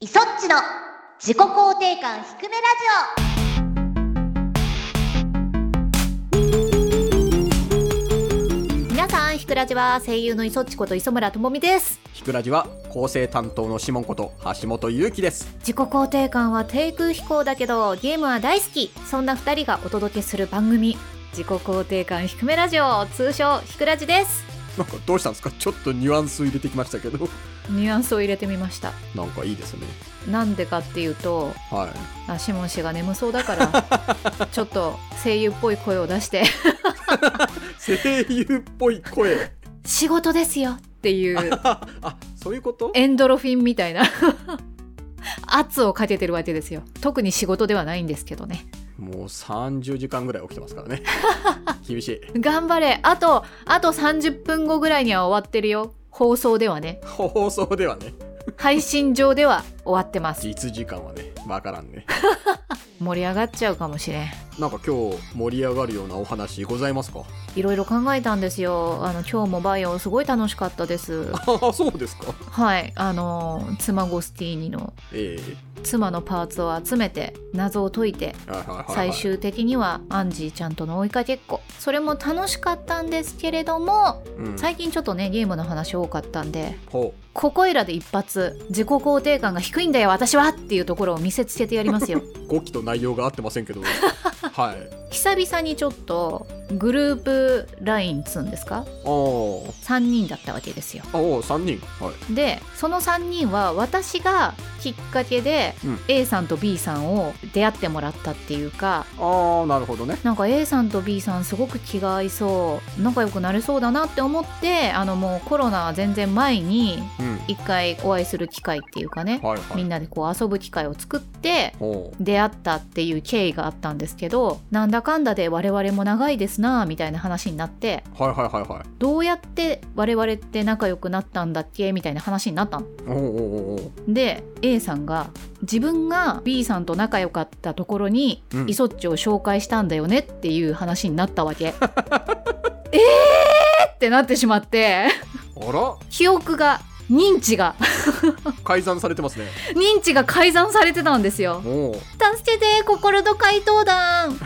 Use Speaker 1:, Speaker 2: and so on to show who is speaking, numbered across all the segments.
Speaker 1: イソッチの自己肯定感低めラジ
Speaker 2: 皆さんひくらじは声優の磯っちこと磯村智美です
Speaker 3: ひくらじは構成担当のシモンこと橋本ゆうきです
Speaker 2: 自己肯定感は低空飛行だけどゲームは大好きそんな二人がお届けする番組自己肯定感低めラジオ通称ひくらじです
Speaker 3: なんかどうしたんですかちょっとニュアンス入れてきましたけど
Speaker 2: ニュアンスを入れてみました
Speaker 3: なんかいいですね
Speaker 2: なんでかっていうと
Speaker 3: はい
Speaker 2: あシモン氏が眠そうだから ちょっと声優っぽい声を出して
Speaker 3: 声優っぽい声
Speaker 2: 仕事ですよっていう
Speaker 3: あそういうこと
Speaker 2: エンドロフィンみたいな圧をかけてるわけですよ特に仕事ではないんですけどね
Speaker 3: もう30時間ぐらい起きてますから ね厳しい
Speaker 2: 頑張れあとあと30分後ぐらいには終わってるよ放送ではね
Speaker 3: 放送ではね
Speaker 2: 配信上では終わってます
Speaker 3: 実時間はねわからんね
Speaker 2: 盛り上がっちゃうかもしれん
Speaker 3: なんか今日盛り上がるようなお話ございますか
Speaker 2: いろいろ考えたんですよあの今日もバイオすごい楽しかった です
Speaker 3: あそうですか
Speaker 2: はいあの妻ゴスティーニの
Speaker 3: え
Speaker 2: 妻のパーツを集めて謎を解いて
Speaker 3: えはいはいはい、はい、
Speaker 2: 最終的にはアンジーちゃんとの追いかけっこそれも楽しかったんですけれども
Speaker 3: うん、
Speaker 2: 最近ちょっとねゲームの話多かったんで
Speaker 3: ほ
Speaker 2: ここいらで一発自己肯定感が低いんだよ私はっていうところを見せつけてやり ますよ
Speaker 3: う語気と内容が合ってませ んけどはい
Speaker 2: 久々にちょっとグループ LINE つうんですか
Speaker 3: あー
Speaker 2: 3人だったわけですよ
Speaker 3: あお3人はい
Speaker 2: でその3人は私がきっかけで
Speaker 3: うん
Speaker 2: A さんと B さんを出会ってもらったっていうか
Speaker 3: ああなるほどね
Speaker 2: なんか A さんと B さんすごく気が合いそう仲良くなれそうだなって思ってあのもうコロナ全然前に
Speaker 3: うん
Speaker 2: 一回お会いする機会っていうかね
Speaker 3: はいは
Speaker 2: みん
Speaker 3: い
Speaker 2: なでこう遊ぶ機会を作って
Speaker 3: ほ
Speaker 2: 出会ったっていう経緯があったんですけどなんだかんだで我々も長いですなあみたいな話になって
Speaker 3: うはいはいはいはい
Speaker 2: どうやって我々って仲良くなったんだっけみたいな話になったの。
Speaker 3: おうおうおうおう
Speaker 2: で A さんが自分が B さんと仲良かったところに
Speaker 3: うん
Speaker 2: イソッチを紹介したんだよねっていう話になったわ け。えーってなってしまって
Speaker 3: あ
Speaker 2: 記憶が認知が
Speaker 3: ら改ざんされてますね
Speaker 2: 認知が改ざんされてたんですよ。
Speaker 3: おう
Speaker 2: 助けて心の怪盗団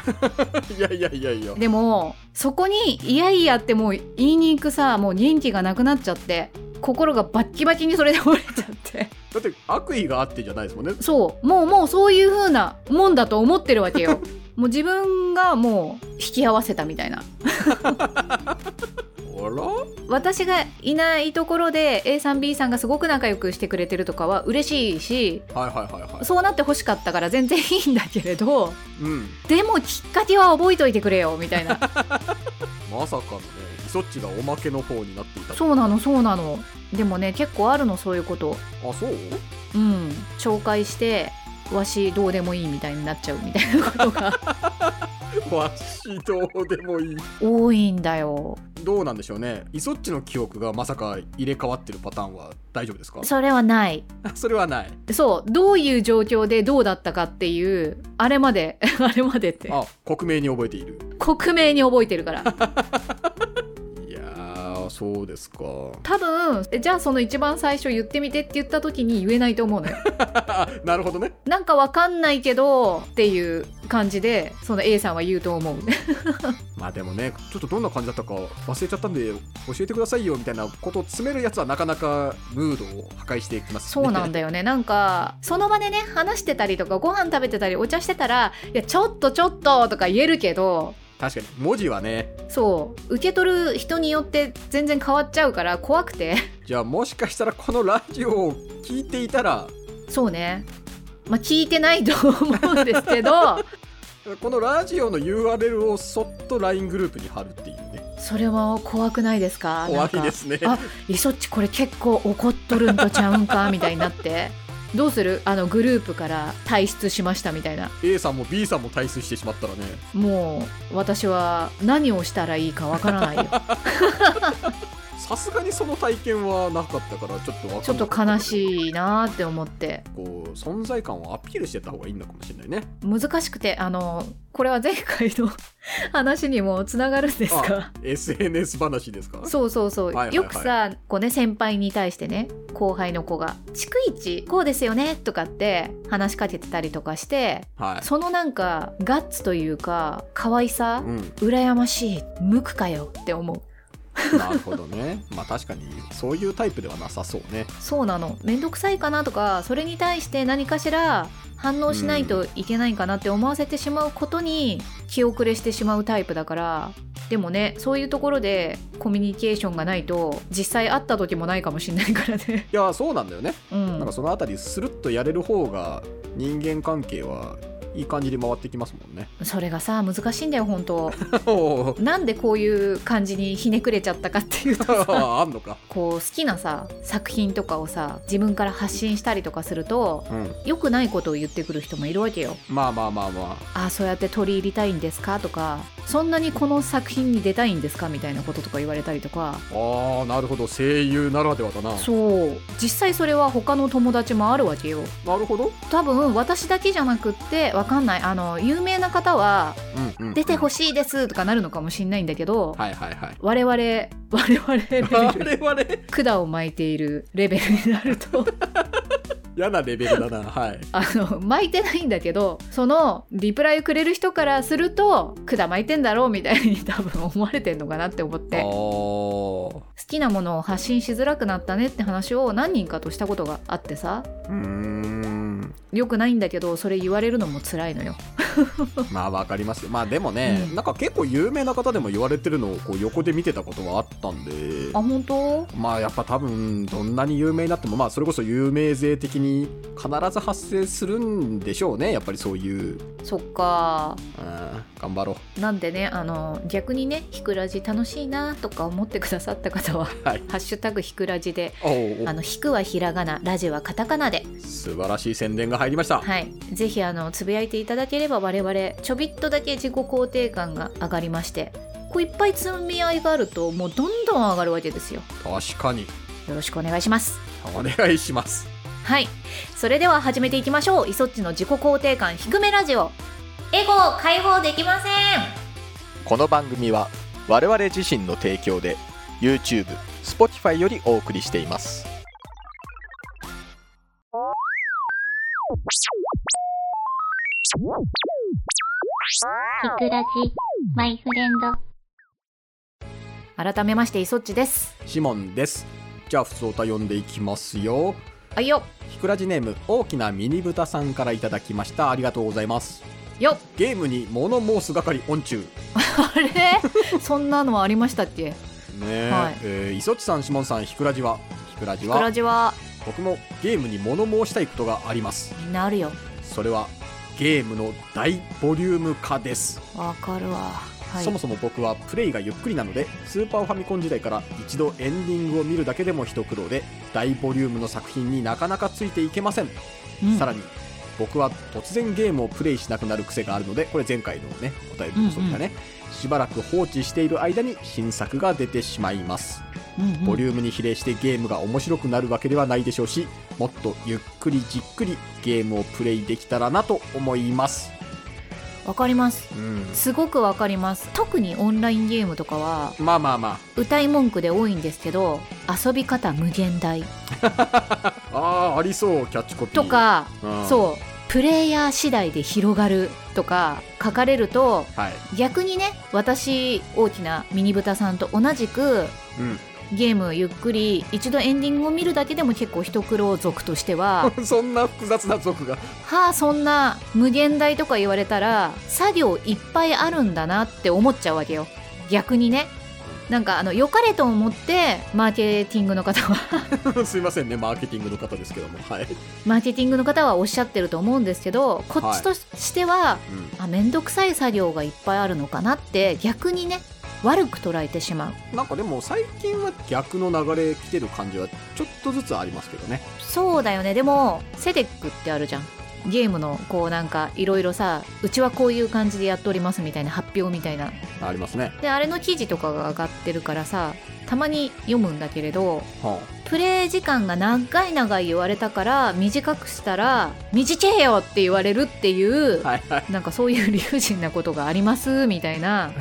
Speaker 3: いやいやいやいや
Speaker 2: でもそこに「いやいや」ってもう言いに行くさもう元気がなくなっちゃって心がバッキバキにそれで折れちゃって
Speaker 3: だって悪意があってじゃないですもんね
Speaker 2: そうもうもうそういう風なもんだと思ってるわけ よもう自分がもう引き合わせたみたいな
Speaker 3: あら
Speaker 2: 私がいないところで A さん B さんがすごく仲良くしてくれてるとかは嬉しいし
Speaker 3: はいはいはいはい
Speaker 2: そうなってほしかったから全然いいんだけれど
Speaker 3: うん
Speaker 2: でもきっかけは覚えといてくれよみたいな
Speaker 3: まさかのねイソッチがおまけの方になっていた
Speaker 2: そうなのそうなのでもね結構あるのそういうこと
Speaker 3: あそう
Speaker 2: うん紹介してわしどうでもいいみたいになっちゃうみたいな ことが
Speaker 3: わしどうでもいい
Speaker 2: 多いんだよ
Speaker 3: どうなんでしょうねイソッチの記憶がまさか入れ替わってるパターンは大丈夫ですか
Speaker 2: それはない
Speaker 3: それはない
Speaker 2: そうどういう状況でどうだったかっていうあれまで あれまでって
Speaker 3: あ克明に覚えている
Speaker 2: 克明に覚えてるから
Speaker 3: いやーそうですか
Speaker 2: 多分えじゃあその一番最初言ってみてって言った時に言えないと思うのよ
Speaker 3: なるほどね
Speaker 2: なんかわかんないけどっていう感じでその A さんは言うと思う
Speaker 3: まあでもねちょっとどんな感じだったか忘れちゃったんで教えてくださいよみたいなことを詰めるやつはなかなかムードを破壊していきます
Speaker 2: そうなん
Speaker 3: だ
Speaker 2: だよねなんかその場でね話してたりとかご飯食べてたりお茶してたら「いやちょっとちょっと」とか言えるけど
Speaker 3: 確かに文字はね
Speaker 2: そう受け取る人によって全然変わっちゃうから怖くて
Speaker 3: じゃあもしかしたらこのラジオを聞いていたら
Speaker 2: そうねまあ聞いてないと思うんですけ ど
Speaker 3: このラジオの URL をそっと LINE グループに貼るっていうね
Speaker 2: それは怖くないですか
Speaker 3: 怖い
Speaker 2: なん
Speaker 3: で
Speaker 2: か
Speaker 3: すね
Speaker 2: あいそっちこれ結構怒っとるんとちゃうんかみたいになって どうするあのグループから退出しましたみたいな
Speaker 3: A さんも B さんも退出してしまったらね
Speaker 2: もう私は何をしたらいいかわからないよ
Speaker 3: さすがにその体験はなかったからちょっとわ
Speaker 2: ちょ
Speaker 3: か
Speaker 2: っ
Speaker 3: ん
Speaker 2: と
Speaker 3: なか
Speaker 2: 悲
Speaker 3: たけど
Speaker 2: しいなーって思って
Speaker 3: こう存在感をアピールしてった方がいいのかもしれないね
Speaker 2: 難しくてあのこれは前回の 話にもつながるんですが
Speaker 3: SNS 話ですか
Speaker 2: そうそうそう、
Speaker 3: はいはいはい
Speaker 2: よくさこうね先輩に対してね後輩の子が「逐一こうですよね」とかって話しかけてたりとかして
Speaker 3: はい
Speaker 2: そのなんかガッツというか可愛さ
Speaker 3: うん、
Speaker 2: 羨ましい無垢かよって思う
Speaker 3: なるほどねまあ確かにそういうタイプではなさそうね
Speaker 2: そうなの面倒くさいかなとかそれに対して何かしら反応しないといけないかなって思わせてしまうことに気遅れしてしまうタイプだからでもねそういうところでコミュニケーションがないと実際会った時もないかもしれないからね
Speaker 3: いやそうなんだよね
Speaker 2: う
Speaker 3: なん
Speaker 2: ん
Speaker 3: かそのあたりスルッとやれる方が人間関係はいい感じに回ってきますもんね
Speaker 2: それがさ難しいんだよ本当
Speaker 3: おー
Speaker 2: なんでこういう感じにひねくれちゃったかっていうとさ
Speaker 3: ああんのか
Speaker 2: こう好きなさ作品とかをさ自分から発信したりとかすると
Speaker 3: うん
Speaker 2: 良くないことを言ってくる人もいるわけよ
Speaker 3: まあまあまあま
Speaker 2: あそうやって取り入りたいんですかとかそんなにこの作品に出たいんですかみたいなこととか言われたりとか
Speaker 3: あああなるほど声優ならではだな
Speaker 2: そう実際それは他の友達もあるわけよ
Speaker 3: なるほど
Speaker 2: 多分私だけじゃなくってわかんないあの有名な方は
Speaker 3: うんうん
Speaker 2: 出てほ
Speaker 3: しい
Speaker 2: しいですとかなるのかもしんないんだけど、
Speaker 3: はいはいはい
Speaker 2: 我々我々レベル
Speaker 3: 我々
Speaker 2: 管を巻いているレベルになると
Speaker 3: 嫌なレベルだ なはい
Speaker 2: あの巻いてないんだけどそのリプライをくれる人からすると管巻いてんだろうみたいに 多分思われてんのかなって思っ
Speaker 3: あ
Speaker 2: て
Speaker 3: ー
Speaker 2: 好きなものを発信しづらくなったねって話を何人かとしたことがあってさ
Speaker 3: うーん
Speaker 2: 良くないんだけどそれ言われるのも辛いのよ
Speaker 3: まあわかりますよまあでもね、
Speaker 2: うん
Speaker 3: なんか結構有名な方でも言われてるのをこう横で見てたことはあったんで
Speaker 2: あ本当
Speaker 3: まあやっぱ多分どんなに有名になってもまあそれこそ有名税的に必ず発生するんでしょうねやっぱりそういう、
Speaker 2: そっか
Speaker 3: うん、頑張ろ
Speaker 2: なんでねあの逆にね「ひくらじ楽しいな」とか思ってくださった方は
Speaker 3: うはい
Speaker 2: 「ハッシュタグひくらじで」
Speaker 3: おうお
Speaker 2: あ
Speaker 3: う
Speaker 2: の「ひく」はひらがな「ラジ」はカタカナで
Speaker 3: 素晴らしい宣伝が入りました、
Speaker 2: はいぜひあのつぶやいていただければ我々ちょびっとだけ自己肯定感が上がりましてこういっぱい積み合いがあるともうどんどん上がるわけですよ
Speaker 3: 確かに
Speaker 2: よろしくお願いします
Speaker 3: お願いします
Speaker 2: はい。それでは始めていきましょう。イソッチの自己肯定感低めラジオ。エゴを解放できません。
Speaker 4: この番組は我々自身の提供で YouTube、Spotify よりお送りしています
Speaker 1: ひくらじ、マイフレンド。
Speaker 2: 改めましてイソッチです。
Speaker 3: シモンですじゃあ普通歌読んでいきますよ
Speaker 2: あいよ、
Speaker 3: ひくらじネーム大きなミニブタさんからいただきましたありがとうございます
Speaker 2: よ、
Speaker 3: ゲームに物申す係オン中ね
Speaker 2: あ れ、そんなのはありましたっけ？
Speaker 3: え、
Speaker 2: はい
Speaker 3: えー、磯地さんシモンさんひくらじはひくらじ
Speaker 2: クラ
Speaker 3: は
Speaker 2: ジは
Speaker 3: 僕もゲームに物申したいことがあります
Speaker 2: みんなあるよ。
Speaker 3: それはゲームの大ボリューム化です、
Speaker 2: わかるわ。はい。
Speaker 3: そもそも僕はプレイがゆっくりなのでスーパーファミコン時代から一度エンディングを見るだけでも一苦労で大ボリュームの作品になかなかついていけません、
Speaker 2: うん
Speaker 3: さらに僕は突然ゲームをプレイしなくなる癖があるのでこれ前回のねお便りもそうだね、しばらく放置している間に新作が出てしまいます
Speaker 2: うんうん
Speaker 3: ボリュームに比例してゲームが面白くなるわけではないでしょうしもっとゆっくりじっくりゲームをプレイできたらなと思います
Speaker 2: わかります。
Speaker 3: うん
Speaker 2: すごくわかります。特にオンラインゲームとかは
Speaker 3: まあまあま
Speaker 2: 歌い文句で多いんですけど、遊び方無限大
Speaker 3: ああーありそうキャッチコピー
Speaker 2: と、か。
Speaker 3: うん
Speaker 2: そうプレイヤー次第で広がるとか書かれると
Speaker 3: はい
Speaker 2: 逆にね私大きなミニブタさんと同じくゲームゆっくり一度エンディングを見るだけでも結構一苦労族としては
Speaker 3: うん、そんな複雑な族が
Speaker 2: はあそんな無限大とか言われたら作業いっぱいあるんだなって思っちゃうわけよ逆にねなんかあの良かれと思ってマーケティングの方は
Speaker 3: すいませんねマーケティングの方ですけどもはい、
Speaker 2: マーケティングの方はおっしゃってると思うんですけどこっちとしては
Speaker 3: うん
Speaker 2: あ面倒くさい作業がいっぱいあるのかなって逆にね悪く捉えてしまう
Speaker 3: なんかでも最近は逆の流れ来てる感じはちょっとずつありますけどね
Speaker 2: そうだよねでもセデックってあるじゃんゲームのこうなんかいろいろさうちはこういう感じでやっておりますみたいな発表みたいな
Speaker 3: ありますね
Speaker 2: であれの記事とかが上がってるからさたまに読むんだけれど
Speaker 3: は
Speaker 2: プレイ時間が長い長い言われたから短くしたら「短えよ!」って言われるっていう、
Speaker 3: あはい はい
Speaker 2: なんかそういう理不尽なことがありますみたいな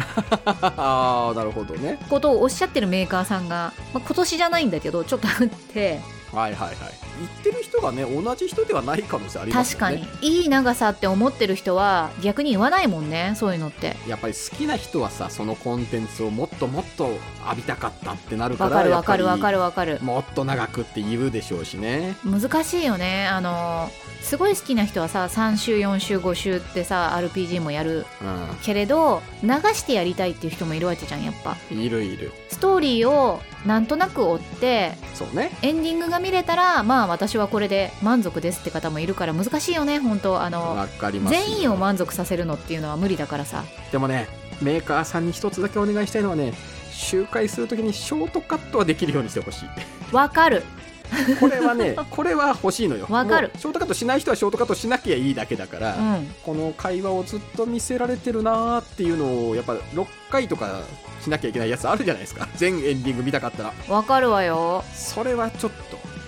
Speaker 3: ああなるほどね
Speaker 2: ことをおっしゃってるメーカーさんが、まあ、今年じゃないんだけどちょっとあって
Speaker 3: はいはいはい言ってる人がね同じ人ではない可能性あります
Speaker 2: 確
Speaker 3: よ
Speaker 2: か
Speaker 3: ね
Speaker 2: にいい長さって思ってる人は逆に言わないもんねそういうのって
Speaker 3: やっぱり好きな人はさそのコンテンツをもっともっと浴びたかったってなる
Speaker 2: わ
Speaker 3: から
Speaker 2: かるわかるわか
Speaker 3: る
Speaker 2: るわかる
Speaker 3: もっと長くって言うでしょうしね
Speaker 2: 難しいよねあのすごい好きな人はさ3週4週5週ってさ RPG もやる
Speaker 3: う
Speaker 2: けれど流してやりたいっていう人もいるわけじゃんやっぱ
Speaker 3: んいるいる
Speaker 2: ストーリーをなんとなく追って
Speaker 3: そうね
Speaker 2: エンディングが見れたらまあ私はこれで満足ですって方もいるから難しいよね本当あの
Speaker 3: わかりますよ
Speaker 2: 全員を満足させるのっていうのは無理だからさ
Speaker 3: でもねメーカーさんに一つだけお願いしたいのはね周回するときにショートカットはできるようにしてほしい
Speaker 2: わかる
Speaker 3: これはねこれは欲しいのよ
Speaker 2: わかる
Speaker 3: もうショートカットしない人はショートカットしなきゃいいだけだから、
Speaker 2: うん
Speaker 3: この会話をずっと見せられてるなーっていうのをやっぱ6回とかしなきゃいけないやつあるじゃないですか全エンディング見たかったら
Speaker 2: わかるわよ
Speaker 3: それはちょっ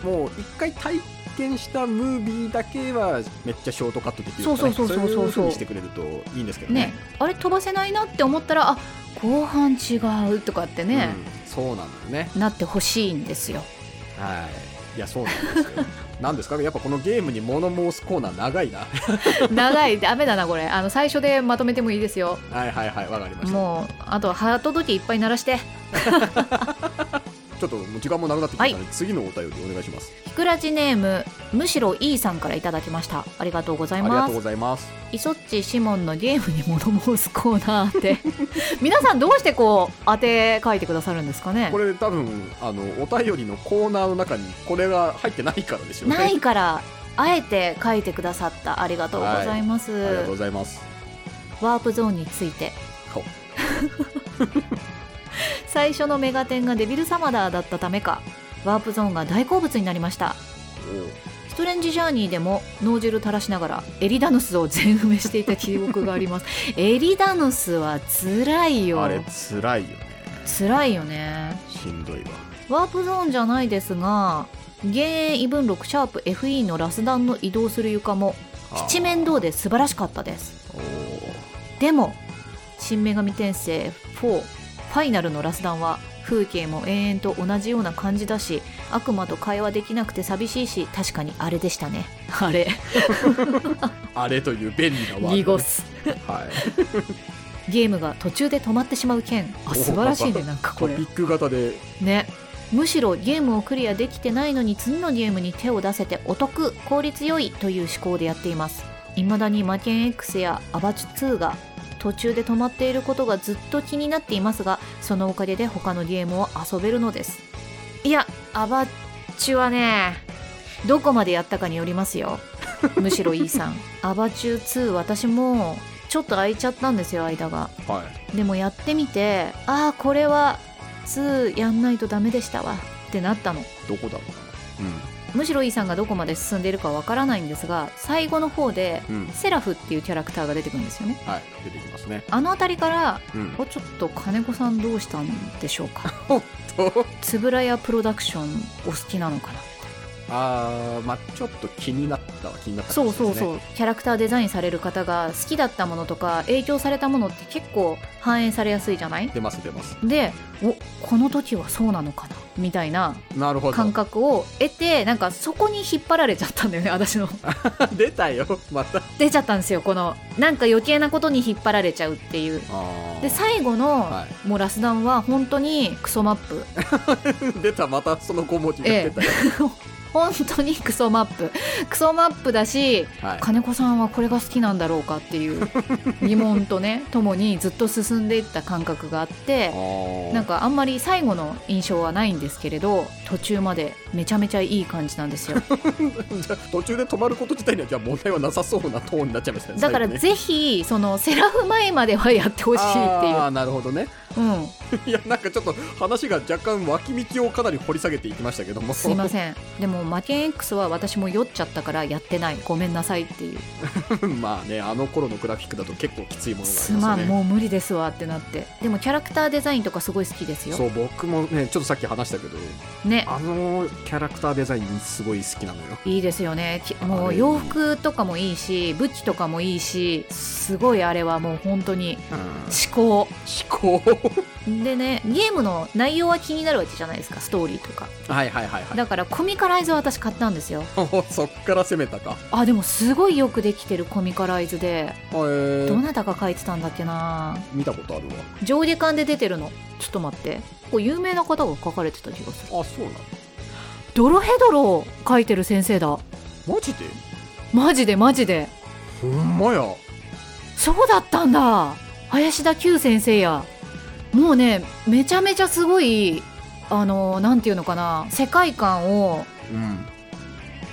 Speaker 3: ともう一回体験したムービーだけはめっちゃショートカットできるとか、ね、
Speaker 2: そうそうそうそうそうそう
Speaker 3: い風にしてくれるといいんですけどね
Speaker 2: ねあれ飛ばせないなって思ったらあ後半違うとかってね、
Speaker 3: うんそうなんだよね
Speaker 2: なってほしいんですよ
Speaker 3: はいいやそうなんですよなんですかやっぱこのゲームに物申すコーナー長いな
Speaker 2: 長いダメだなこれあの最初でまとめてもいいですよ
Speaker 3: はいはいはいわかりました
Speaker 2: もうあとはハート時計いっぱい鳴らして
Speaker 3: ちょっともう時間もなくなってきたので、次のお便りお願いします
Speaker 2: ひくらじネームむしろ E さんからいただきましたありがとうござ
Speaker 3: あ
Speaker 2: い
Speaker 3: りが
Speaker 2: ま
Speaker 3: とう
Speaker 2: す
Speaker 3: ございます
Speaker 2: イソッチシモンのゲームに物申すコーナーって 皆さんどうしてこう当て書いてくださるんですかね
Speaker 3: これ多分あのお便りのコーナーの中にこれが入ってないからですよね
Speaker 2: ないからあえて書いてくださったありがとうございます、
Speaker 3: ありがとうございます
Speaker 2: ワープゾーンについて
Speaker 3: ほ
Speaker 2: 最初のメガテンがデビルサマダーだったためかワープゾーンが大好物になりましたストレンジジャーニーでも脳汁垂らしながらエリダヌスを全埋めしていた記憶があり ますエリダヌスは辛い
Speaker 3: お
Speaker 2: よ
Speaker 3: あれ辛いよね
Speaker 2: 辛いよね
Speaker 3: しんどいわ
Speaker 2: ワープゾーンじゃないですが減塩異分録シャープ FE のラス弾の移動する床も七面
Speaker 3: ど
Speaker 2: 倒で素晴らしかったです
Speaker 3: おー
Speaker 2: でも「新女神転生4」ファイナルのラスダンは風景も永遠と同じような感じだし悪魔と会話できなくて寂しいし確かにあれでしたねあれ
Speaker 3: あれという便利なワードね
Speaker 2: 濁す
Speaker 3: はい
Speaker 2: ゲームが途中で止まってしまう件あ素晴らしいねなんか こ
Speaker 3: トピ
Speaker 2: れ
Speaker 3: ック型で
Speaker 2: ねむしろゲームをクリアできてないのに次のゲームに手を出せてお得効率良いという思考でやっています未だに魔剣 X やアバチュ2が途中で止まっていることがずっと気になっていますがそのおかげで他のゲームを遊べるのですいやアバチュはねどこまでやったかによりますよむしろ E さんアバチュ2私もちょっと空いちゃったんですよ間が
Speaker 3: はい
Speaker 2: でもやってみてああこれは2やんないとダメでしたわってなったの
Speaker 3: どこだろうな
Speaker 2: むしろ E さんがどこまで進んでいるかわからないんですが最後の方で
Speaker 3: うんうん
Speaker 2: セラフっていうキャラクターが出てくるんですよね
Speaker 3: はい出てきますね
Speaker 2: あの辺りから
Speaker 3: うん
Speaker 2: おちょっと金子さんどうしたんでしょう か
Speaker 3: と
Speaker 2: 円谷プロダクションお好きなのかな
Speaker 3: あーまあちょっと気になったは気になった
Speaker 2: そうそうそううキャラクターデザインされる方が好きだったものとか影響されたものって結構反映されやすいじゃない
Speaker 3: 出ます出ます
Speaker 2: でおこの時はそうなのかなみたいな
Speaker 3: なるほど
Speaker 2: 感覚を得てなんかそこに引っ張られちゃったんだよね 私 の
Speaker 3: 出たよ また
Speaker 2: 出ちゃったんですよこのなんか余計なことに引っ張られちゃうっていう
Speaker 3: あー
Speaker 2: で最後の、
Speaker 3: は
Speaker 2: もうラスダンは本当にクソマップ
Speaker 3: 出たまたその5文字が出たよ、
Speaker 2: 本当にクソマップクソマップだし
Speaker 3: はい
Speaker 2: 金子さんはこれが好きなんだろうかっていう 疑問とねともにずっと進んでいった感覚があって
Speaker 3: な
Speaker 2: なんかあんまり最後の印象はないんですけれど途中までめちゃめちゃいい感じなんですよ
Speaker 3: じゃあ途中で止まること自体にはじゃあ問題はなさそうなトーンになっちゃいましたね
Speaker 2: だから
Speaker 3: 最後ね
Speaker 2: ぜひそのセラフ前まではやってほしいってい
Speaker 3: あ
Speaker 2: う
Speaker 3: ーなるほどね
Speaker 2: うん
Speaker 3: いやなんかちょっと話が若干脇道をかなり掘り下げていきましたけども
Speaker 2: すいま
Speaker 3: ん
Speaker 2: せんでもマケン X は私も酔っちゃったからやってないごめんなさいっていう
Speaker 3: まあねあの頃のグラフィックだと結構きついものがあ
Speaker 2: す
Speaker 3: り
Speaker 2: ま
Speaker 3: ま
Speaker 2: ん、
Speaker 3: すよね
Speaker 2: もう無理ですわってなってでもキャラクターデザインとかすごい好きですよ
Speaker 3: そう僕もねちょっとさっき話したけど
Speaker 2: ね
Speaker 3: あのキャラクターデザインすごい好きなのよ
Speaker 2: いいですよねき
Speaker 3: あ
Speaker 2: もう
Speaker 3: れ
Speaker 2: 洋服とかもいいし武器とかもいいしすごいあれはもう本当に思考
Speaker 3: 思考
Speaker 2: でねゲームの内容は気になるわけじゃないですかストーリーとか
Speaker 3: はいはいはいはい
Speaker 2: だからコミカライズは私買ったんですよ
Speaker 3: おそっから攻めたか
Speaker 2: あでもすごいよくできてるコミカライズで
Speaker 3: えー
Speaker 2: どなたが書いてたんだっけな
Speaker 3: 見たことあるわ
Speaker 2: 上下巻で出てるのちょっと待ってこれ有名な方が書かれてた気がする
Speaker 3: あそうな
Speaker 2: ドロヘドロを書いてる先生だ
Speaker 3: のマジで
Speaker 2: マジでマジで
Speaker 3: ほんまや
Speaker 2: そうだったんだ林田久先生やもうねめちゃめちゃすごいあのなんていうのかな世界観を
Speaker 3: うん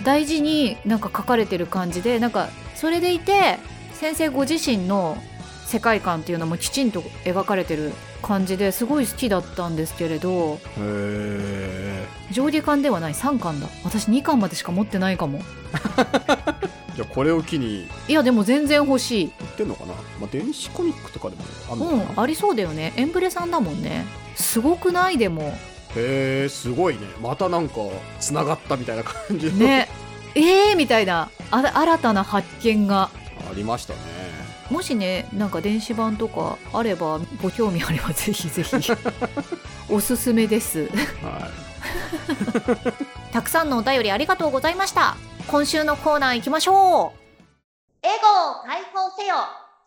Speaker 2: 大事になんか書かれてる感じでなんかそれでいて先生ご自身の世界観っていうのもきちんと描かれてる感じですごい好きだったんですけれど
Speaker 3: へえ
Speaker 2: 上下巻ではない3巻だ私2巻までしか持ってないかも
Speaker 3: じゃあこれを機に
Speaker 2: いやでも全然欲しい
Speaker 3: 売ってんのかな、まあ、電子コミックとかでもあるの
Speaker 2: う
Speaker 3: かな、
Speaker 2: んありそうだよねエンブレさんだもんねすごくないでも
Speaker 3: へえすごいねまたなんかつながったみたいな感じの、
Speaker 2: ねえーみたいなあら新たな発見が
Speaker 3: ありましたね
Speaker 2: もしねなんか電子版とかあればご興味あればぜひぜひおすすめです
Speaker 3: は
Speaker 2: たくさんのお便りありがとうございました今週のコーナー行きましょ
Speaker 1: エ
Speaker 2: う
Speaker 1: ゴを解放せよ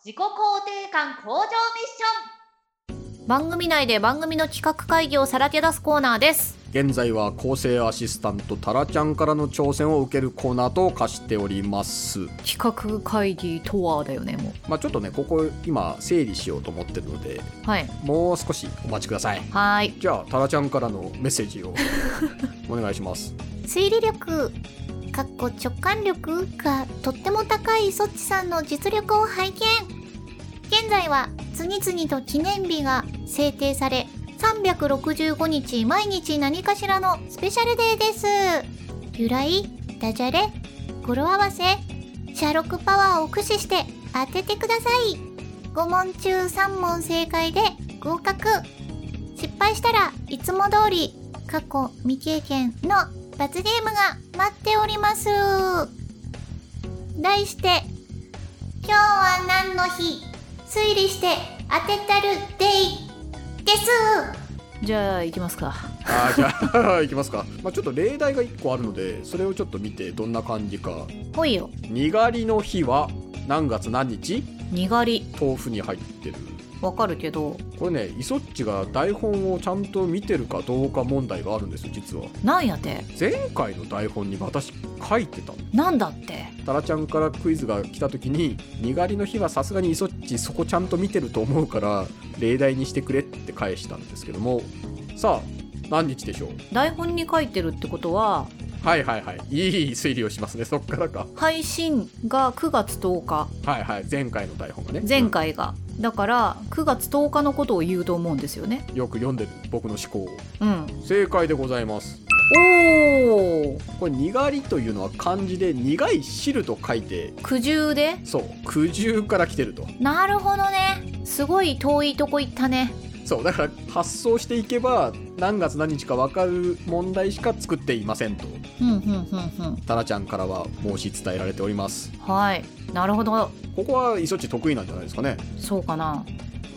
Speaker 1: 自己肯定感向上ミッシ
Speaker 2: 番組内で番組の企画会議をさらけ出すコーナーです
Speaker 3: い現在は構成アシスタントタラちゃんからの挑戦を受けるコーナーと化しております
Speaker 2: 企画会議とはだよねも
Speaker 3: まあちょっとねここ今整理しようと思ってるので
Speaker 2: うはい
Speaker 3: もう少しお待ちください
Speaker 2: はーい
Speaker 3: じゃあタラちゃんからのメッセージをお願いします
Speaker 1: ョン推理力かっこ直感力がとっても高いそっちさんの実力を拝見現在は次々と記念日が制定され365日毎日何かしらのスペシャルデーです由来ダジャレ語呂合わせシャーロックパワーを駆使して当ててください5問中3問正解で合格失敗したらいつも通り過去未経験の罰ゲームが待っております題して今日は何の日推理して当てたるデイです
Speaker 2: じゃあ行きますか
Speaker 3: あーじゃあ いきますか、まあ、ちょっと例題が1個あるのでそれをちょっと見てどんな感じか
Speaker 2: ほいよ
Speaker 3: 「にがりの日は何月何日?」
Speaker 2: にがり
Speaker 3: 豆腐に入ってる
Speaker 2: わかるけど
Speaker 3: これねイソッチが台本をちゃんと見てるかどうか問題があるんですよ実は
Speaker 2: なんやて
Speaker 3: 前回の台本に私書いてたの
Speaker 2: なんだって
Speaker 3: タラちゃんからクイズが来た時に「にがりの日はさすがにイソッチそこちゃんと見てると思うから例題にしてくれ」って返したんですけどもさあ何日でしょう
Speaker 2: 台本に書いてるってことは
Speaker 3: はいはいはいいい推理をしますねそっからか
Speaker 2: 配信が9月10日
Speaker 3: はいはい前回の台本がね
Speaker 2: 前、回がだから9月10日のことを言うと思うんですよね
Speaker 3: うんよく読んでる僕の思考を
Speaker 2: うん
Speaker 3: 正解でございます
Speaker 2: おお
Speaker 3: これ「にがり」というのは漢字で「苦い汁」と書いて
Speaker 2: 苦渋で
Speaker 3: そう苦渋から来てると
Speaker 2: なるほどねすごい遠いとこ行ったね
Speaker 3: そうだから発想していけば何月何日か分かる問題しか作っていませんと
Speaker 2: うんうんうんうん
Speaker 3: タラちゃんからは申し伝えられております
Speaker 2: はいなるほど
Speaker 3: ここはイソッチ得意なんじゃないですかね
Speaker 2: そうかな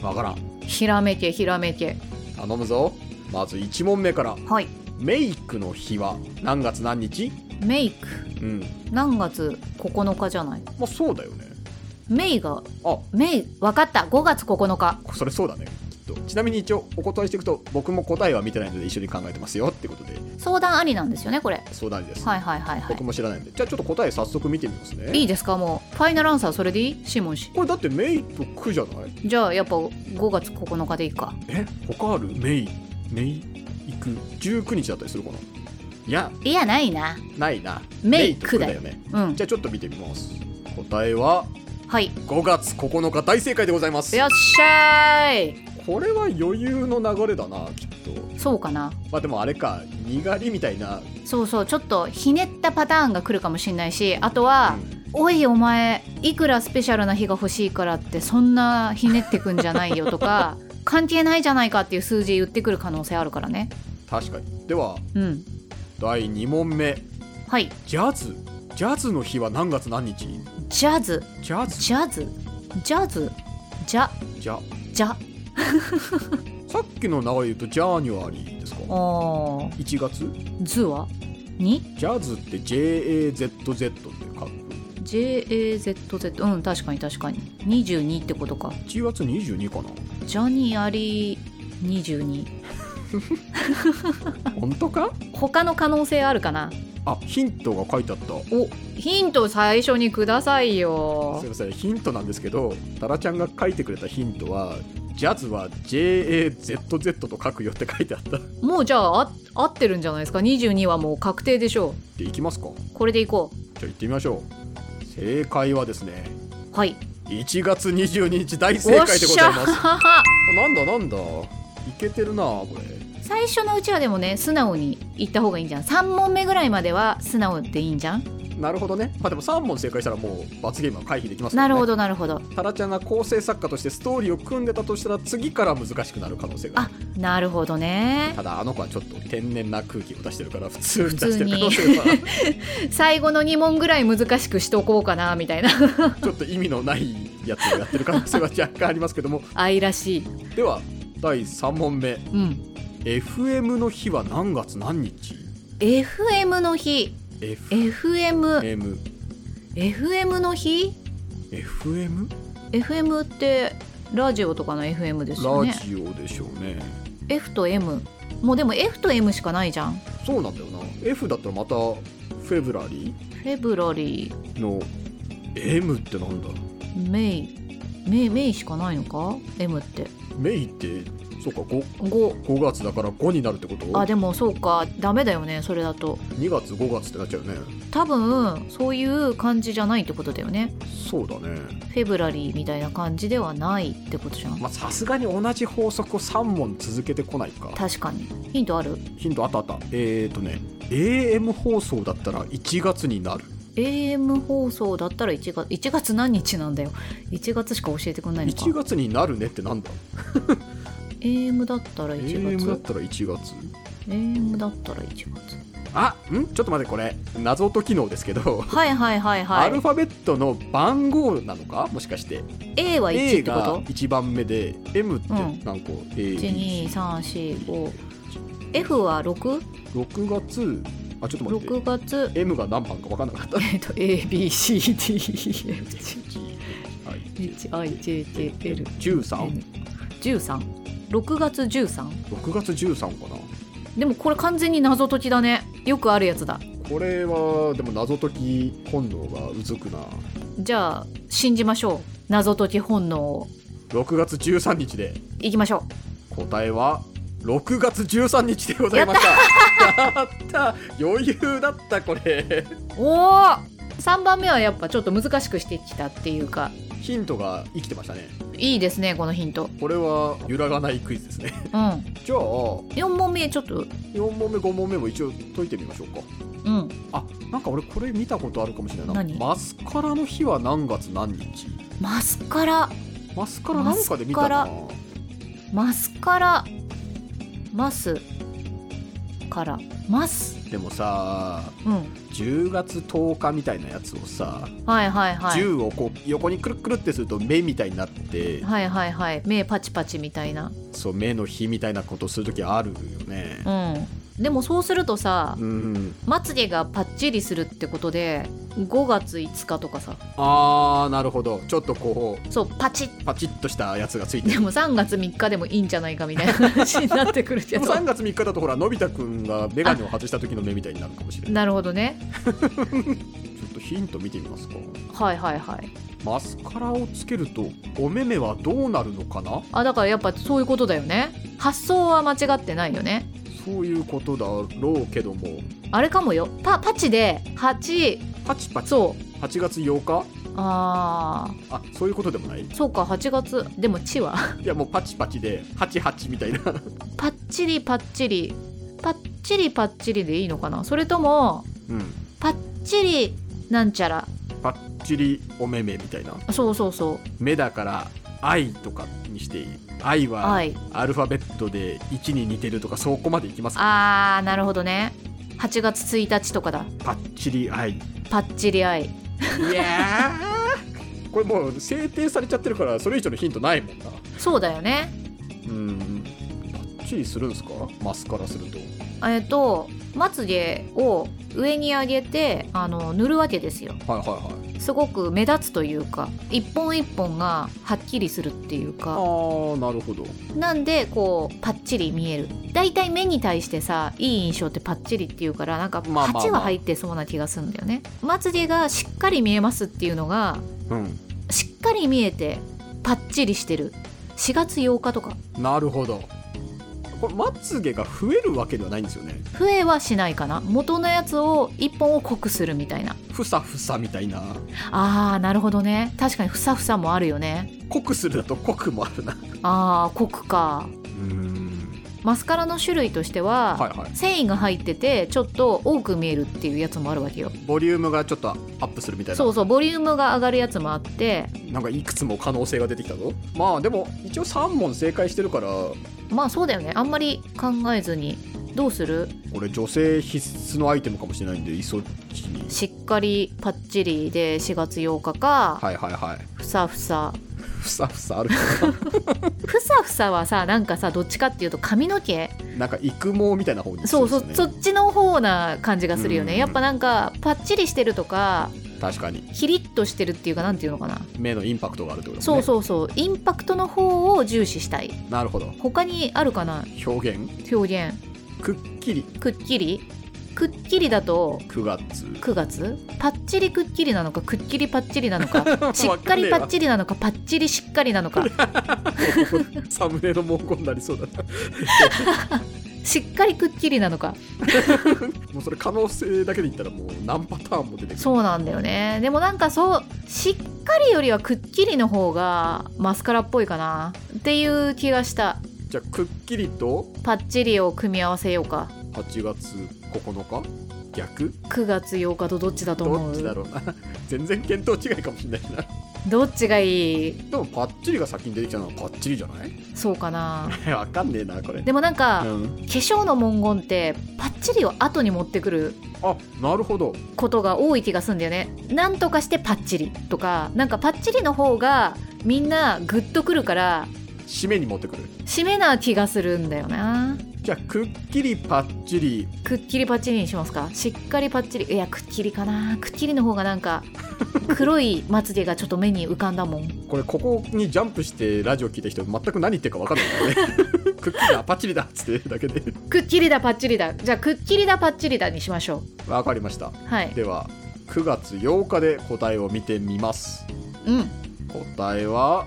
Speaker 3: 分からん
Speaker 2: ひらめけひらめけ
Speaker 3: 頼むぞまず1問目から
Speaker 2: はい
Speaker 3: メイクの日は何月何日
Speaker 2: メイク
Speaker 3: うん
Speaker 2: 何月9日じゃない
Speaker 3: まあそうだよね
Speaker 2: メイが
Speaker 3: あ
Speaker 2: メイわかった5月9日
Speaker 3: それそうだねきっとちなみに一応お答えしていくと僕も答えは見てないので一緒に考えてますよってことで
Speaker 2: 相談ありなんですよねこれ
Speaker 3: 相談です、
Speaker 2: はいはいはいは
Speaker 3: 僕
Speaker 2: い
Speaker 3: も知らないんでじゃあちょっと答え早速見てみますね
Speaker 2: いいですかもうファイナルアンサーそれでいいシモン氏
Speaker 3: これだってメイプ9じゃない
Speaker 2: じゃあやっぱ5月9日でいいか
Speaker 3: え他あるメイメイ行く19日だったりするかないや
Speaker 2: いやないな
Speaker 3: ないな
Speaker 2: メイクだよ
Speaker 3: メイね
Speaker 2: うん
Speaker 3: じゃあちょっと見てみます答えは
Speaker 2: はい
Speaker 3: 5月9日大正解でございます
Speaker 2: よっしゃーい
Speaker 3: これは余裕の流れだなきっと
Speaker 2: そうかな
Speaker 3: まあでもあれかにがりみたいな、
Speaker 2: そうそうちょっとひねったパターンが来るかもしれないしあと
Speaker 3: う
Speaker 2: は
Speaker 3: ん
Speaker 2: 「おいお前いくらスペシャルな日が欲しいからってそんなひねってくんじゃないよ」と か「関係ないじゃないか」っていう数字言ってくる可能性あるからね
Speaker 3: 確かにでは
Speaker 2: うん
Speaker 3: 第2問目
Speaker 2: はい
Speaker 3: ジャズジャズの日は何月何日
Speaker 2: ジャズ
Speaker 3: ジャズ
Speaker 2: ジャズジャズジャ
Speaker 3: じゃ
Speaker 2: ジャ
Speaker 3: さっきの流れで言うとジャーニュアリーですか
Speaker 2: おー
Speaker 3: 1月
Speaker 2: ズはに
Speaker 3: ジャズって JAZZ って書く
Speaker 2: JAZZ うん確かに確かに22ってことか
Speaker 3: 1月22かな
Speaker 2: ジャニーアリー22
Speaker 3: 本当か
Speaker 2: 他の可能性あるかな
Speaker 3: あヒントが書いてあった
Speaker 2: おヒント最初にくださいよ
Speaker 3: すいませんヒントなんですけどタラちゃんが書いてくれたヒントはジャズは JAZZ と書くよって書いてあった
Speaker 2: もうじゃああ合ってるんじゃないですか22はもう確定でしょ
Speaker 3: でいきますか
Speaker 2: うこれでいこ
Speaker 3: じゃあ行ってみましょう正解はですね
Speaker 2: うはい
Speaker 3: 1月22日大正
Speaker 2: おっ
Speaker 3: 解でご
Speaker 2: し
Speaker 3: ざい
Speaker 2: ゃ
Speaker 3: ますあなんだなんだいけてるなこれ
Speaker 2: 最初のうちはでもね素直に言った方がいいんじゃん3問目ぐらいまでは素直でいいんじゃん、
Speaker 3: なるほどねまあでも3問正解したらもう罰ゲームは回避できますから
Speaker 2: な
Speaker 3: ね
Speaker 2: るほどなるほど
Speaker 3: タラちゃんが構成作家としてストーリーを組んでたとしたら次から難しくなる可能性があ
Speaker 2: あ
Speaker 3: る
Speaker 2: なるほどね
Speaker 3: ただあの子はちょっと天然な空気を出してるから普通に出
Speaker 2: 通
Speaker 3: してる
Speaker 2: に
Speaker 3: 可能性は
Speaker 2: 最後の2問ぐらい難しくしとこうかなみたい な
Speaker 3: ちょっと意味のないやつをやってる可能性は若干ありますけども
Speaker 2: 愛らしい
Speaker 3: では第3問目
Speaker 2: うん
Speaker 3: FM の日は何月何日
Speaker 2: FM の日 FMFM
Speaker 3: FM
Speaker 2: FM の日
Speaker 3: FM?
Speaker 2: FM ってラジオとかの FM ですよ
Speaker 3: ラ
Speaker 2: ね
Speaker 3: ジオでしょうね
Speaker 2: F と M もうでも F と M しかないじゃん
Speaker 3: そうなんだよな F だったらまたフェブラリ
Speaker 2: フェブラリー
Speaker 3: ーの M ってなんだ
Speaker 2: メイメイメイしかないのか M って
Speaker 3: メイってそうか 5,
Speaker 2: 5
Speaker 3: 5月だから5になるってこと
Speaker 2: あでもそうかダメだよねそれだと
Speaker 3: 2月5月ってなっちゃうね
Speaker 2: 多分そういう感じじゃないってことだよね
Speaker 3: そうだね
Speaker 2: フェブラリーみたいな感じではないってことじゃん
Speaker 3: まあさすがに同じ法則を3問続けてこないか
Speaker 2: 確かにヒントある
Speaker 3: ヒントあったあったえーとね AM 放送だったら1月になる
Speaker 2: AM 放送だったら1月1月何日なんだよ1月しか教えてくんないのか
Speaker 3: 1月になるねってなんだ
Speaker 2: AM だったら
Speaker 3: AM だっ
Speaker 2: 1月
Speaker 3: たら1月
Speaker 2: AM だったら1月
Speaker 3: あんちょっと待ってこれ謎解き能ですけど、
Speaker 2: はいはいはいは
Speaker 3: アル
Speaker 2: い
Speaker 3: ファベットの番号なのかもしかして
Speaker 2: A は
Speaker 3: A
Speaker 2: 1ってこ
Speaker 3: が
Speaker 2: と
Speaker 3: 1番目で M って
Speaker 2: うん
Speaker 3: 何個、A B C
Speaker 2: 12345 F は 6?6
Speaker 3: 6月あちょっと待って
Speaker 2: 月
Speaker 3: M が何番か分かんなくなった
Speaker 2: えっと ABCDEFGHIJJL13
Speaker 3: 136
Speaker 2: 6月13
Speaker 3: 月13かな
Speaker 2: でもこれ完全に謎解きだねよくあるやつだ
Speaker 3: これはでも謎解き本能がうずくな
Speaker 2: じゃあ信じましょう謎解き本能を
Speaker 3: 6月13日で
Speaker 2: いきましょ
Speaker 3: 答えは6月13日でございましたやった余裕だったこれ
Speaker 2: うおお3番目はやっぱちょっと難しくしてきたっていうか
Speaker 3: ヒントが生きてましたね
Speaker 2: いいですねこのヒント
Speaker 3: これは揺らがないクイズですね
Speaker 2: うん4
Speaker 3: じゃあ4
Speaker 2: 問目ちょっと
Speaker 3: 問目5問目も一応解いてみましょうか
Speaker 2: うん
Speaker 3: あなんか俺これ見たことあるかもしれないな
Speaker 2: 何
Speaker 3: マスカラの日は何月何日
Speaker 2: マスカラ
Speaker 3: マスカラなんかで見たな
Speaker 2: ママスカラマスからマス
Speaker 3: でもさ
Speaker 2: うん
Speaker 3: 10月10日みたいなやつをさ、
Speaker 2: はいはいはい
Speaker 3: 10をこう横にくるくるってすると目みたいになって、
Speaker 2: はいはいはい目パチパチみたいな
Speaker 3: そう目の日みたいなことするときあるよね
Speaker 2: う、んでもそうするとさ
Speaker 3: うん
Speaker 2: まつげがパッチリするってことで5月5日とかさ
Speaker 3: あーなるほどちょっとこ
Speaker 2: そうパチッ
Speaker 3: うパチッとしたやつがついて
Speaker 2: で
Speaker 3: る
Speaker 2: も3月3日でもいいんじゃないかみたい な話になってくるけ
Speaker 3: でも
Speaker 2: ど
Speaker 3: 3月3日だとほらのび太くんが眼鏡を外した時の目みたいになるかもしれない
Speaker 2: なるほどね
Speaker 3: ちょっとヒント見てみますか
Speaker 2: はいはいはい
Speaker 3: マスカラをつけるとお目目はどうなるのかな
Speaker 2: あだからやっぱそういうことだよね発想は間違ってないよね
Speaker 3: そういうことだろうけども
Speaker 2: あれかもよパパチで8
Speaker 3: パチパチ
Speaker 2: そう
Speaker 3: 8月8日
Speaker 2: あ
Speaker 3: あそういうことでもないい
Speaker 2: ーそうか8月でも「ち」は
Speaker 3: やもうパチパチで88みたいな
Speaker 2: パッチリパッチリパッチリパッチリでいいのかなそれとも
Speaker 3: うん
Speaker 2: パッチリなんちゃら
Speaker 3: パッチリお目目みたいな
Speaker 2: そうそうそう
Speaker 3: 目だから愛とかにしていい愛は
Speaker 2: はい
Speaker 3: アルファベットで1に似てるとかそこまでいきますか
Speaker 2: あーなるほどね8月1日とかだ
Speaker 3: パッチリ愛い
Speaker 2: パッチリ愛
Speaker 3: やーこれもう制定されちゃってるからそれ以上のヒントないもんな
Speaker 2: そうだよね
Speaker 3: うんパッチリするんすかマスカラすると
Speaker 2: えっとまつげを上に上げてあの塗るわけですよ
Speaker 3: はいはいはい
Speaker 2: すごく目立つというか一本一本がはっきりするっていう
Speaker 3: あ
Speaker 2: か
Speaker 3: ーなるほど
Speaker 2: なんでこうパッチリ見えるだいたい目に対してさいい印象ってパッチリっていうからなんか
Speaker 3: まあまあまあ
Speaker 2: 8は入ってそうな気がするんだよねまつげがしっかり見えますっていうのが
Speaker 3: うん
Speaker 2: しっかり見えてパッチリしてる4月8日とか
Speaker 3: なるほどこれまつげが増えるわけではないんですよね
Speaker 2: 増えはしないかな元のやつを1本を濃くするみたいな
Speaker 3: ふさふさみたいな
Speaker 2: あーなるほどね確かにふさふさもあるよね
Speaker 3: 濃くするだと濃くもあるな
Speaker 2: あー濃くか
Speaker 3: うん
Speaker 2: マスカラの種類としては、
Speaker 3: はいはい
Speaker 2: 繊維が入っててちょっと多く見えるっていうやつもあるわけよ
Speaker 3: ボリュームがちょっとアップするみたいな
Speaker 2: そうそうボリュームが上がるやつもあって
Speaker 3: なんかいくつも可能性が出てきたぞまあでも一応3問正解してるから
Speaker 2: まあそうだよねあんまり考えずにどうする
Speaker 3: これ女性必須のアイテムかもしれないんでいそっちに
Speaker 2: しっかりパッチリで4月8日か、
Speaker 3: はいはいはい
Speaker 2: ふさふさ
Speaker 3: ふさふさあるか
Speaker 2: ふさふさはさなんかさどっちかっていうと髪の毛
Speaker 3: ななんか育毛みたいな方に
Speaker 2: そう
Speaker 3: そ
Speaker 2: そうう
Speaker 3: です
Speaker 2: そ
Speaker 3: ね
Speaker 2: っちの方な感じがするよ
Speaker 3: うん
Speaker 2: ねやっぱなんかパッチリしてるとか
Speaker 3: 確かに
Speaker 2: キリッとしてるっていうかなんていうのかな
Speaker 3: 目のインパクトがあるってことです
Speaker 2: そ
Speaker 3: ね
Speaker 2: うそうそうインパクトの方を重視したい
Speaker 3: なるほど
Speaker 2: 他にあるかな
Speaker 3: 表現
Speaker 2: 表現
Speaker 3: くっきり
Speaker 2: くっきりくっきりだと
Speaker 3: 9月
Speaker 2: 9月パッチリくっきりなのかくっきりパッチリなの かしっかりパッチリなのかパッチリしっかりなのか
Speaker 3: サムネの文言になりそうだな
Speaker 2: しっかりくっきりなのか
Speaker 3: もうそれ可能性だけで言ったらもう何パターンも出てくる
Speaker 2: そうなんだよねでもなんかそうしっかりよりはくっきりの方がマスカラっぽいかなっていう気がした
Speaker 3: じゃあくっきりと
Speaker 2: パッチリを組み合わせようか
Speaker 3: 8月9日逆
Speaker 2: 9月8日とどっちだと思
Speaker 3: ど
Speaker 2: う
Speaker 3: っちだろうな 全然見当違いかもしれないな
Speaker 2: どっちがいい
Speaker 3: でもパッチリが先に出てきたのはパッチリじゃない
Speaker 2: そうかな
Speaker 3: わかんねえなこれ
Speaker 2: でもなんか、
Speaker 3: うん、
Speaker 2: 化粧の文言ってパッチリを後に持ってくる
Speaker 3: あなるほど
Speaker 2: ことが多い気がするんだよねなんとかしてパッチリとかなんかパッチリの方がみんなグッとくるから
Speaker 3: 締めに持ってくる
Speaker 2: 締めな気がするんだよな
Speaker 3: じゃあくっきりパッチリ
Speaker 2: くっきりパッチリにしますかしっかりパッチリいやくっきりかなくっきりの方がなんか黒いまつげがちょっと目に浮かんだもん
Speaker 3: これここにジャンプしてラジオ聞いた人全く何言ってるかわかんないからね くっきりだパッチリだっつってだけで
Speaker 2: くっきりだパッチリだじゃあくっきりだパッチリだにしましょ
Speaker 3: わかりました
Speaker 2: うはい
Speaker 3: では9月8日で答えを見てみます
Speaker 2: うん
Speaker 3: 答えは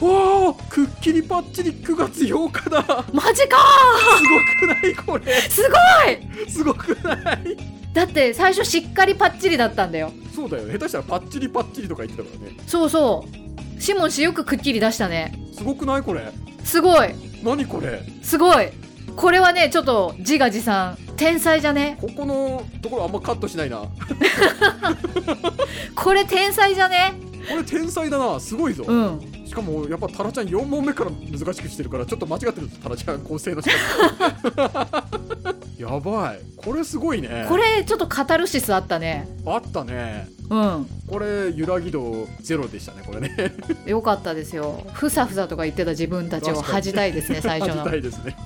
Speaker 3: おーくっきりパッチリ9月8日だ
Speaker 2: マジか
Speaker 3: すごくないこれ
Speaker 2: すごい
Speaker 3: すごくない
Speaker 2: だって最初しっかりパッチリだったんだよ
Speaker 3: そうだよね下手したらパッチリパッチリとか言ってたからね
Speaker 2: そうそうシモン氏よくくっきり出したね
Speaker 3: すごくないこれ
Speaker 2: すごい
Speaker 3: 何これ
Speaker 2: すごいこれはねちょっと自画自賛天才じゃね
Speaker 3: ここのところあんまカットしないなこ
Speaker 2: これ天才じゃね
Speaker 3: れ天才だなすごいぞ、
Speaker 2: うん
Speaker 3: しかもやっぱタラちゃん4問目から難しくしてるからちょっと間違ってるぞタラちゃん構成 の仕方やばいこれすごいね
Speaker 2: これちょっとカタルシスあったね
Speaker 3: あったね
Speaker 2: うん
Speaker 3: これ揺らぎ度ゼロでしたねこれね
Speaker 2: よかったですよふさふさとか言ってた自分たちを
Speaker 3: 確かに
Speaker 2: 恥じたいですね最初
Speaker 3: 当
Speaker 2: の
Speaker 3: たりたいですね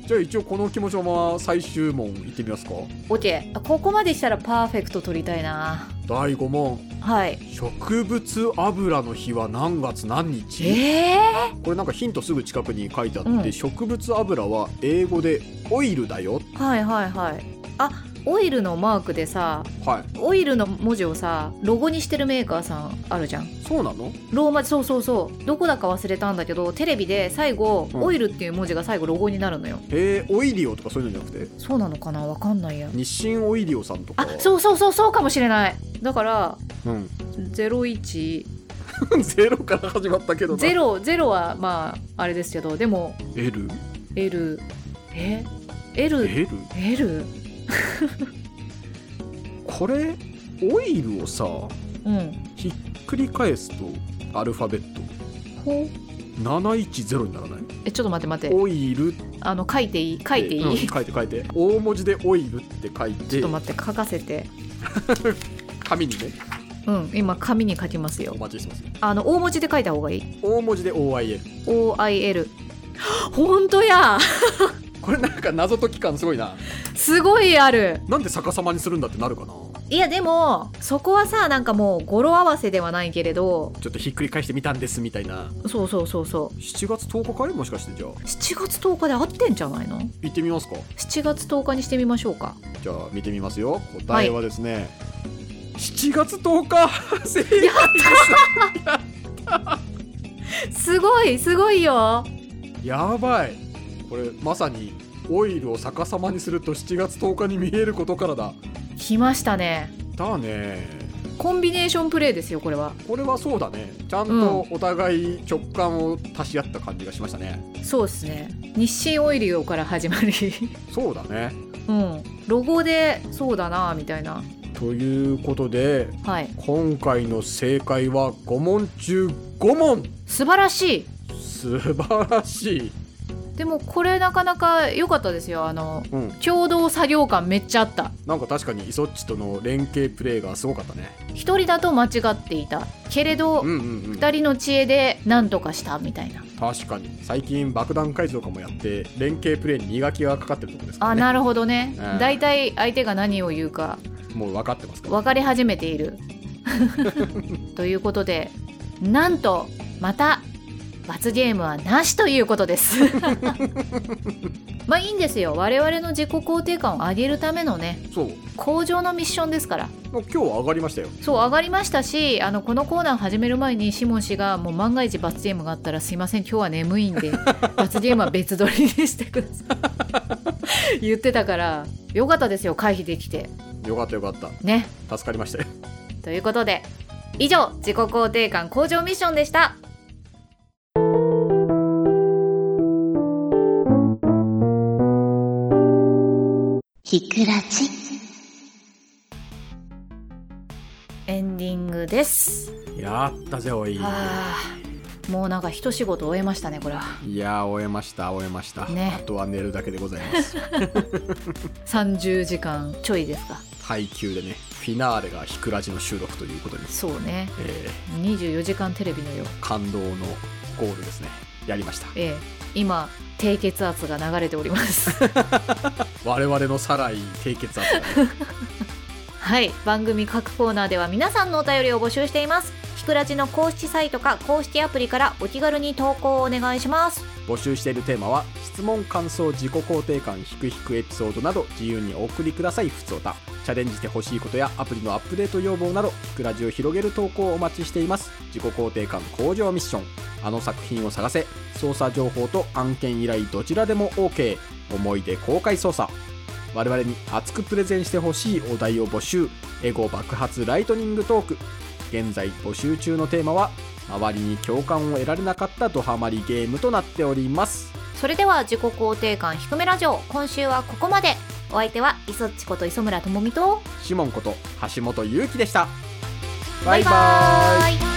Speaker 3: じゃあ一応この気持ちのまま最終問いってみますか
Speaker 2: OK ここまでしたらパーフェクト取りたいな
Speaker 3: 第5問
Speaker 2: はい
Speaker 3: 植物油の日は何月何日
Speaker 2: ええ
Speaker 3: これなんかヒントすぐ近くに書いてあって、
Speaker 2: うん
Speaker 3: 植物油は英語でオイルだよ
Speaker 2: はいはいはいあオイルのマークでさ
Speaker 3: は
Speaker 2: オイルの文字をさロゴにしてるメーカーさんあるじゃん
Speaker 3: いそうなの
Speaker 2: ローマ字そうそうそうどこだか忘れたんだけどテレビで最後、
Speaker 3: うん
Speaker 2: オイルっていう文字が最後ロゴになるのよ
Speaker 3: へえオイリオとかそういうのじゃなくて
Speaker 2: そうなのかなわかんないや
Speaker 3: 日清オイリオさんとか
Speaker 2: あそうそうそうそうかもしれないだから
Speaker 3: う、うん、
Speaker 2: 01
Speaker 3: ゼロから始まったけどな
Speaker 2: ゼロゼロはまああれですけどでも
Speaker 3: L?
Speaker 2: L え L
Speaker 3: L?
Speaker 2: L
Speaker 3: これオイルをさ
Speaker 2: うん
Speaker 3: ひっくり返すとアルファベット
Speaker 2: ほう
Speaker 3: 710にならない
Speaker 2: えちょっと待って待って
Speaker 3: オイルって
Speaker 2: あの書いていい書いていい、
Speaker 3: うん
Speaker 2: ちょ
Speaker 3: 書いて書いて大文字でオイルって書いて
Speaker 2: っと待って書かせて
Speaker 3: 紙にね
Speaker 2: うん今紙に書きますよ
Speaker 3: お待ちしてます
Speaker 2: あの大文字で書いた方がいい
Speaker 3: 大文字で OIL
Speaker 2: OIL 本当や
Speaker 3: これなんか謎解き感すごいな
Speaker 2: すごいある
Speaker 3: なんで逆さまにするんだってなるかない
Speaker 2: やでもそこはさなんかもう語呂合わせではないけれど
Speaker 3: ちょっとひっくり返してみたんですみたいな
Speaker 2: そうそうそうそう
Speaker 3: 7月10日かいもしかしてじゃあ
Speaker 2: 7月10日で合ってんじゃないの
Speaker 3: 行ってみますか
Speaker 2: 7月10日にしてみましょうか
Speaker 3: じゃあ見てみますよ答えはですね、7月10日 正解です
Speaker 2: すごいすごいよ
Speaker 3: やばいこれまさにオイルを逆さまにすると7月10日に見えることからだ
Speaker 2: 来ましたね
Speaker 3: だね
Speaker 2: コンビネーションプレーですよこれは
Speaker 3: これはそうだねちゃんとお互い直感を足し合った感じがしましたね、
Speaker 2: そうですね日清オイリオから始まり
Speaker 3: そうだね
Speaker 2: うんロゴでそうだなみたいな
Speaker 3: ということで
Speaker 2: はい
Speaker 3: 今回の正解は5問中5問
Speaker 2: 素晴らしい
Speaker 3: 素晴らしい
Speaker 2: でもこれなかなか良かったですよあの
Speaker 3: うん
Speaker 2: 共同作業感めっちゃあった
Speaker 3: なんか確かにイソッチとの連携プレーがすごかったね
Speaker 2: 一人だと間違っていたけれど
Speaker 3: うんうんうん
Speaker 2: 二人の知恵で何とかしたみたいな
Speaker 3: 確かに最近爆弾解除とかもやって連携プレーに磨きがかかってるところですから
Speaker 2: あ
Speaker 3: ね
Speaker 2: なるほどね
Speaker 3: うん
Speaker 2: 大体相手が何を言うか
Speaker 3: もう分かってますから
Speaker 2: 分かり始めている ということでなんとまた罰ゲームはなしということです まあいいんですよ我々の自己肯定感を上げるためのね
Speaker 3: そう
Speaker 2: 向上のミッションですから
Speaker 3: もう今日は上がりましたよ
Speaker 2: そう上がりましたしあのこのコーナー始める前にシモン氏がもう万が一罰ゲームがあったらすいません今日は眠いんで罰ゲームは別撮りにしてください言ってたからよかったですよ回避できて
Speaker 3: よかったよかった
Speaker 2: ね
Speaker 3: 助かりましたよ
Speaker 2: ということで以上自己肯定感向上ミッションでした
Speaker 1: ひくらち。
Speaker 2: エンディングです
Speaker 3: やったぜおい
Speaker 2: あーもうなんか一仕事終えましたねこれはい
Speaker 3: やー終えました終えました、
Speaker 2: ね
Speaker 3: あとは寝るだけでございます
Speaker 2: 30時間ちょいですか
Speaker 3: 耐久でねフィナーレがひくらじの収録ということに、
Speaker 2: そうね
Speaker 3: え
Speaker 2: 24時間テレビのよ
Speaker 3: ー感動のゴールですねやりました
Speaker 2: ええ今低血圧が流れております
Speaker 3: 我々のサライ低血圧がね
Speaker 2: はい番組各コーナーでは皆さんのお便りを募集していますひくらじの公式サイトか公式アプリからお気軽に投稿をお願いします
Speaker 3: 募集しているテーマは質問感想自己肯定感ひくひくエピソードなど自由にお送りくださいふつおたチャレンジしてほしいことやアプリのアップデート要望などひくらじを広げる投稿をお待ちしています自己肯定感向上ミッションあの作品を探せ捜査情報と案件依頼どちらでも OK 思い出公開捜査我々に熱くプレゼンしてほしいお題を募集エゴ爆発ライトニングトーク現在募集中のテーマは周りに共感を得られなかったドハマりゲームとなっております
Speaker 2: それでは自己肯定感低めラジオ今週はここまでお相手は磯っちこと磯村智美と
Speaker 3: シモンこと橋本ゆうきでした
Speaker 2: バイバーイ